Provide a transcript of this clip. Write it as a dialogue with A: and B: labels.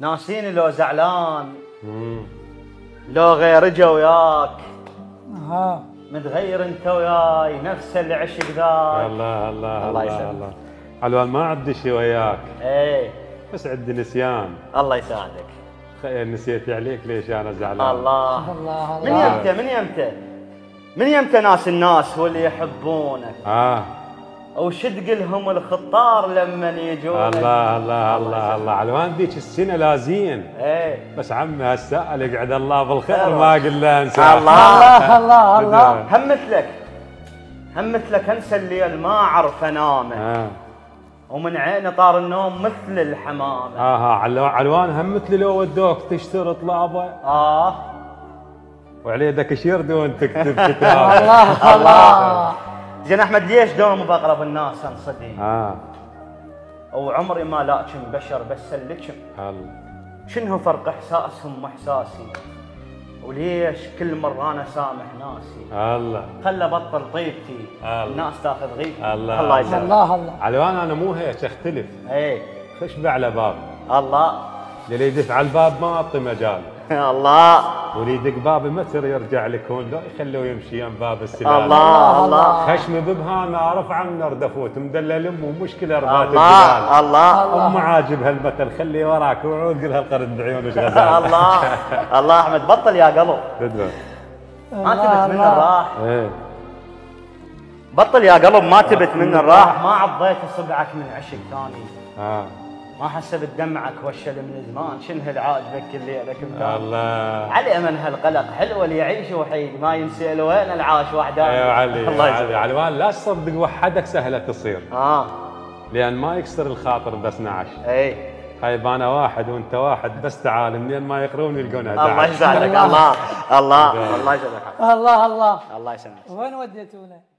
A: ناسيني لو زعلان لو غيرجه وياك
B: ها
A: متغير انت وياي نفس اللي عشق ذاك
C: الله الله
A: الله
C: الله
A: يسلمك.
C: الله علوان ما عندي شيء وياك
A: ايه
C: بس عندي نسيان
A: الله يساعدك
C: خ- نسيت عليك ليش انا زعلان
A: الله
B: الله
A: من
B: الله
A: يمته من يمته من يمته ناس الناس واللي يحبونك
C: اه
A: وشدق لهم الخطار لما
C: الله
A: يجونك
C: الله الله الله, الله. علوان ذيك السنه لا زين
A: ايه
C: بس عمي هسه اللي قعد الله بالخير
A: الله.
C: ما قلنا انسى
A: الله
B: الله الله الله
A: همت لك همت لك انسى الليل ما اعرف انامه
C: آه.
A: ومن عينه طار النوم مثل الحمامه
C: آه آه علو- علوان همت لي لو ودوك تشتري طلابه
A: اه
C: وعليه ذاك شير دون تكتب كتاب
B: الله الله
A: زين احمد ليش دوم باقرب الناس انصدي
C: اه
A: وعمري ما لاكم بشر بس سلكم
C: هل-
A: شنو فرق احساسهم واحساسي وليش كل مره انا سامح ناسي
C: الله
A: خل بطل طيبتي
C: الله.
A: الناس تاخذ غيبتي
C: الله.
A: الله يسلمك
B: الله الله
C: علوان انا مو هيك اختلف
A: ايه
C: خشبه على باب
A: الله
C: اللي يدف على الباب ما اعطي مجال
A: الله
C: واللي يدق بابي ما تصير يرجع لكون لا يخلوه يمشي يم باب السلالة
A: الله الله
C: خشمي ببهانه رفع من اردفوت مدلل امه مشكله رباط الجبال
A: الله الله
C: ام عاجب هالمثل خلي وراك وعود لها القرد بعيون وش غزال
A: الله الله احمد بطل يا قلب
C: تدري
A: ما تبت من الراح
C: ايه
A: بطل يا قلب ما تبت من الراح ما عضيت صبعك من عشق ثاني
C: آه.
A: ما حسبت دمعك وشل من زمان شنه العاجبك كل ليله
C: آه.
A: كنت
C: الله
A: على من هالقلق حلو اللي يعيش وحيد ما ينسأل وين العاش وحدان
C: ايوه علي
A: الله
C: الله
A: يسلمك
C: علي علوان لا تصدق وحدك سهله تصير
A: اه
C: لان ما يكسر الخاطر بس 12
A: اي
C: طيب انا واحد وانت واحد بس تعال منين ما يقرون يلقون
A: الله
C: 11
A: يساعدك الله الله الله يسلمك
B: الله الله
A: الله يسلمك
B: وين وديتونا؟